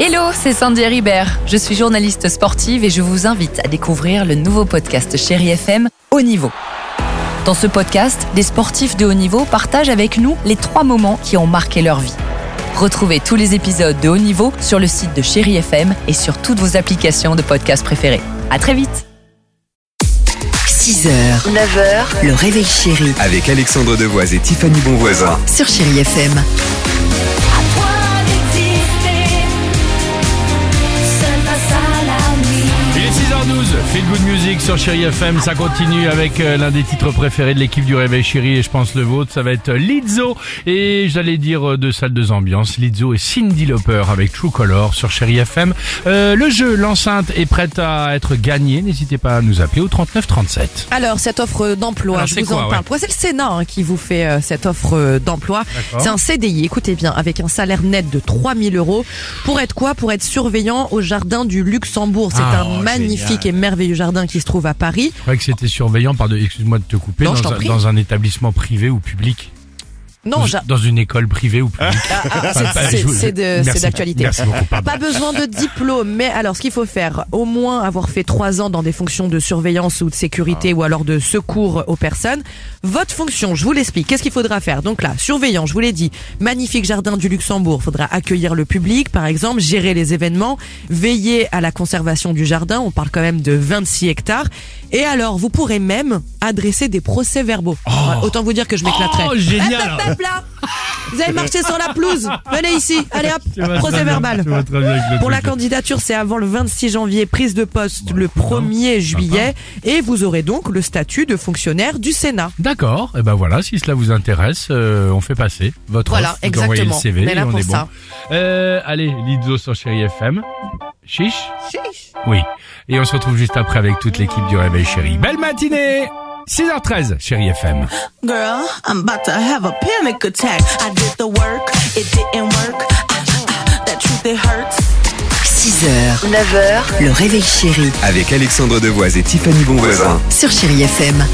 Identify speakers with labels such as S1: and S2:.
S1: Hello, c'est Sandy Ribert. Je suis journaliste sportive et je vous invite à découvrir le nouveau podcast Chéri FM Haut Niveau. Dans ce podcast, des sportifs de haut niveau partagent avec nous les trois moments qui ont marqué leur vie. Retrouvez tous les épisodes de Haut Niveau sur le site de Chéri FM et sur toutes vos applications de podcast préférées. À très vite.
S2: 6h, 9h, le réveil chéri
S3: Avec Alexandre Devoise et Tiffany Bonvoisin.
S2: sur Chéri FM.
S4: Il est 6h12, Feel Good Music sur Chéri FM, ça continue avec euh, l'un des titres préférés de l'équipe du Réveil Chéri et je pense le vôtre, ça va être euh, Lizzo et j'allais dire euh, de salle de ambiance, Lizzo et Cindy Lauper avec True Color sur Chéri FM. Euh, le jeu, l'enceinte est prête à être gagnée, n'hésitez pas à nous appeler au 3937.
S5: Alors, cette offre d'emploi,
S4: Alors,
S5: je
S4: c'est
S5: vous
S4: quoi,
S5: en parle. Ouais, C'est le Sénat hein, qui vous fait euh, cette offre euh, d'emploi.
S4: D'accord.
S5: C'est un CDI, écoutez bien, avec un salaire net de 3000 euros. Pour être quoi Pour être surveillant au jardin du Luxembourg. C'est
S4: Ah,
S5: un
S4: oh,
S5: magnifique et merveilleux jardin qui se trouve à Paris.
S4: Je croyais que c'était surveillant, pardon, excuse-moi de te couper,
S5: Non, je
S4: dans,
S5: t'en
S4: un,
S5: prie.
S4: dans un établissement privé ou public.
S5: Non,
S4: Dans-
S5: j'a-
S4: dans une école privée ou publique.
S5: ah, ah, c'est-
S4: Enfin,
S5: c'est
S4: je-
S5: c'est de-
S4: merci.
S5: c'est d'actualité.
S4: Merci beaucoup, pardon.
S5: Pas besoin de diplôme, mais alors ce qu'il faut faire, au moins avoir fait trois ans dans des fonctions de surveillance ou de sécurité
S4: Ah.
S5: ou alors de secours aux personnes. Votre fonction, je vous l'explique, qu'est-ce qu'il faudra faire Donc là, surveillant, je vous l'ai dit, magnifique jardin du Luxembourg, faudra accueillir le public par exemple, gérer les événements, veiller à la conservation du jardin, on parle quand même de 26 hectares, et alors vous pourrez même adresser des procès-verbaux. Ouais, Autant vous dire que je m'éclaterai.
S4: Oh, génial.
S5: Hop, hop, hop, là. Vous avez marché sur la pelouse, venez ici, allez
S4: Tu vois
S5: hop,
S4: très
S5: procès
S4: bien,
S5: verbal.
S4: tu vois très bien avec le
S5: Pour la
S4: truc.
S5: candidature, c'est avant le 26 janvier, prise de poste le
S4: écoute, hein,
S5: 1er juillet, et vous aurez donc le statut de fonctionnaire du Sénat.
S4: D'accord, et ben voilà, si cela vous intéresse, euh, on fait passer votre
S5: Voilà,
S4: offre, vous envoyez le
S5: exactement.
S4: CV
S5: On est là
S4: et on
S5: pour
S4: est
S5: ça.
S4: bon. Euh, allez, Lizzo sur Chéri FM. Chiche Chiche Oui, et on se retrouve juste après avec toute l'équipe du Réveil Chéri. Belle matinée 6h13, Chéri FM.
S6: Girl, I'm about to have a panic attack. I did the work, it didn't work. Ah, ah, that truth, it hurts.
S2: 6h, 9h, le réveil chéri
S3: Avec Alexandre Devoise et Tiffany Bonvoisin.
S2: sur Chéri FM.